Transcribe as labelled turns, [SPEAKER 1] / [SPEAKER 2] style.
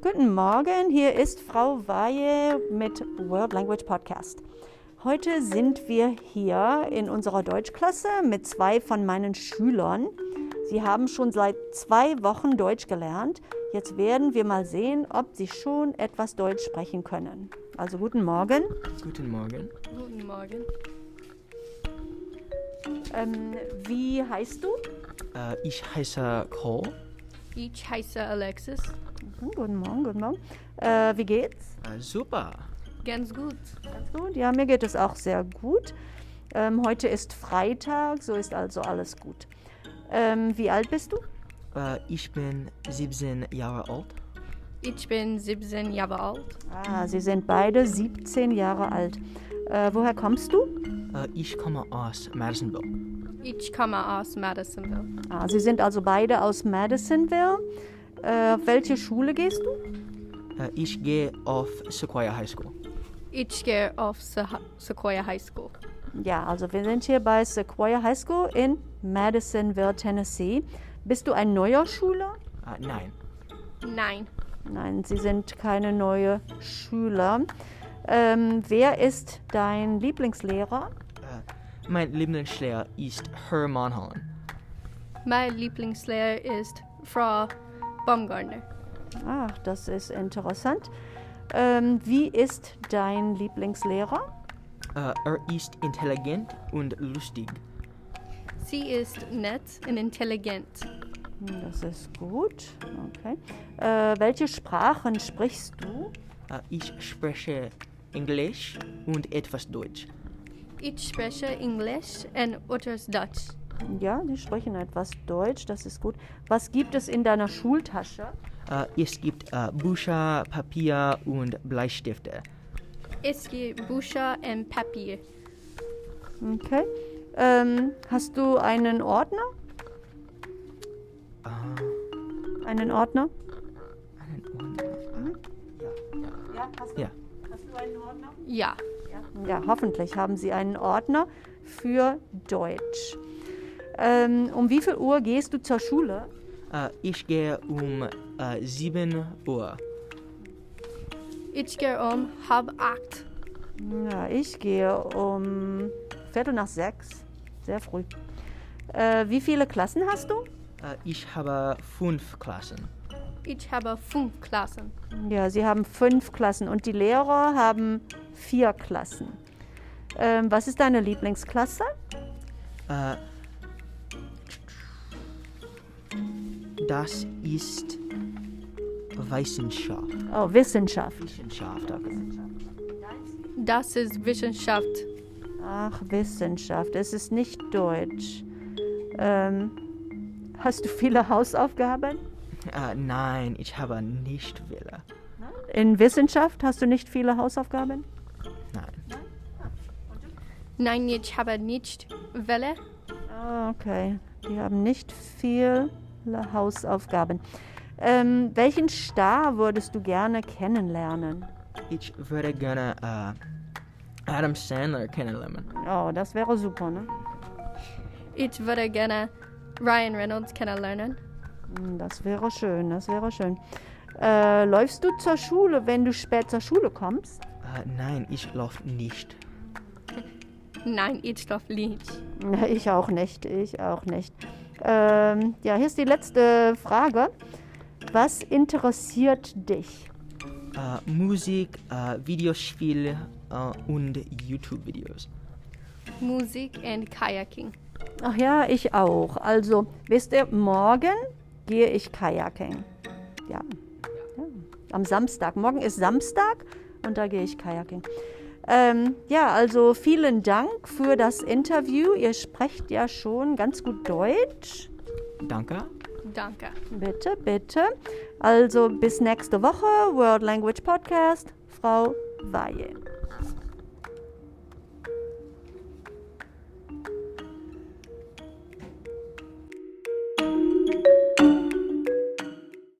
[SPEAKER 1] Guten Morgen, hier ist Frau Weihe mit World Language Podcast. Heute sind wir hier in unserer Deutschklasse mit zwei von meinen Schülern. Sie haben schon seit zwei Wochen Deutsch gelernt. Jetzt werden wir mal sehen, ob sie schon etwas Deutsch sprechen können. Also guten Morgen.
[SPEAKER 2] Guten Morgen.
[SPEAKER 3] Guten Morgen.
[SPEAKER 1] Ähm, wie heißt du?
[SPEAKER 2] Äh, ich heiße Cole.
[SPEAKER 3] Ich heiße Alexis.
[SPEAKER 1] Mhm, Guten Morgen, guten Morgen. Äh, wie geht's?
[SPEAKER 2] Äh, super.
[SPEAKER 3] Ganz gut.
[SPEAKER 1] Ganz gut. Ja, mir geht es auch sehr gut. Ähm, heute ist Freitag, so ist also alles gut. Ähm, wie alt bist du?
[SPEAKER 2] Äh, ich bin 17 Jahre alt.
[SPEAKER 3] Ich bin 17 Jahre alt.
[SPEAKER 1] Ah, sie sind beide 17 Jahre alt. Äh, woher kommst du?
[SPEAKER 2] Äh, ich komme aus Madisonville.
[SPEAKER 3] Ich komme aus Madisonville.
[SPEAKER 1] Ah, sie sind also beide aus Madisonville. Äh, auf welche Schule gehst du?
[SPEAKER 2] Äh, ich gehe auf Sequoia High School.
[SPEAKER 3] Ich gehe auf Se Sequoia High School.
[SPEAKER 1] Ja, also wir sind hier bei Sequoia High School in Madisonville, Tennessee. Bist du ein neuer Schüler?
[SPEAKER 2] Äh, nein.
[SPEAKER 3] Nein.
[SPEAKER 1] Nein, sie sind keine neue Schüler. Ähm, wer ist dein Lieblingslehrer?
[SPEAKER 2] Äh, mein Lieblingslehrer ist Hermann Holland.
[SPEAKER 3] Mein Lieblingslehrer ist Frau Baumgartner.
[SPEAKER 1] Ach, das ist interessant. Ähm, wie ist dein Lieblingslehrer?
[SPEAKER 2] Äh, er ist intelligent und lustig.
[SPEAKER 3] Sie ist nett und intelligent.
[SPEAKER 1] Hm, Das ist gut. Okay. Äh, welche Sprachen sprichst du?
[SPEAKER 2] Äh, ich spreche Englisch und etwas Deutsch.
[SPEAKER 3] Ich spreche Englisch und others Deutsch.
[SPEAKER 1] Ja, die sprechen etwas Deutsch, das ist gut. Was gibt es in deiner Schultasche?
[SPEAKER 2] Äh, es gibt äh, Bücher, Papier und Bleistifte.
[SPEAKER 3] Es gibt Bücher und Papier.
[SPEAKER 1] Okay. Ähm, hast du einen Ordner? Einen Ordner? Ja, hast
[SPEAKER 2] Ja.
[SPEAKER 1] hast du einen Ordner?
[SPEAKER 3] Ja.
[SPEAKER 1] Ja, hoffentlich haben Sie einen Ordner für Deutsch. Ähm, um wie viel Uhr gehst du zur Schule?
[SPEAKER 2] Äh, ich gehe um äh, 7 Uhr.
[SPEAKER 3] Ich gehe um halb acht.
[SPEAKER 1] Ja, ich gehe um Viertel nach sechs. Sehr früh. Äh, wie viele Klassen hast du?
[SPEAKER 2] Äh, ich habe fünf Klassen.
[SPEAKER 3] Ich habe fünf Klassen.
[SPEAKER 1] Ja, Sie haben fünf Klassen und die Lehrer haben vier Klassen. Ähm, was ist deine Lieblingsklasse?
[SPEAKER 2] Äh, das ist Wissenschaft.
[SPEAKER 1] Oh, Wissenschaft.
[SPEAKER 2] Wissenschaft. okay.
[SPEAKER 3] Das ist Wissenschaft.
[SPEAKER 1] Ach, Wissenschaft. Es ist nicht Deutsch. Ähm, hast du viele Hausaufgaben?
[SPEAKER 2] Äh, nein, ich habe nicht Wille.
[SPEAKER 1] In Wissenschaft hast du nicht viele Hausaufgaben?
[SPEAKER 2] Nein.
[SPEAKER 3] Nein, ich habe nicht Welle.
[SPEAKER 1] Ah, Okay, die haben nicht viele Hausaufgaben. Ähm, welchen Star würdest du gerne kennenlernen?
[SPEAKER 2] Ich würde gerne äh, Adam Sandler kennenlernen.
[SPEAKER 1] Oh, das wäre super, ne?
[SPEAKER 3] Ich würde gerne Ryan Reynolds kennenlernen.
[SPEAKER 1] Hm, Das wäre schön, das wäre schön. Äh, läufst du zur Schule, wenn du spät zur Schule kommst?
[SPEAKER 2] Äh, nein, ich laufe nicht.
[SPEAKER 3] Nein, ich glaube nicht.
[SPEAKER 1] Na, Ich auch nicht, ich auch nicht. Ähm, ja, hier ist die letzte Frage. Was interessiert dich?
[SPEAKER 2] Äh, Musik, äh, Videospiele äh, und YouTube-Videos.
[SPEAKER 3] Musik und Kayaking.
[SPEAKER 1] Ach ja, ich auch. Also, wisst ihr, morgen gehe ich Kajaking. Ja. ja. Am Samstag. Morgen ist Samstag und da gehe ich Kajaking. Ähm, ja, also vielen Dank für das Interview. Ihr sprecht ja schon ganz gut Deutsch.
[SPEAKER 2] Danke.
[SPEAKER 3] Danke.
[SPEAKER 1] Bitte, bitte. Also bis nächste Woche. World Language Podcast. Frau Weihe.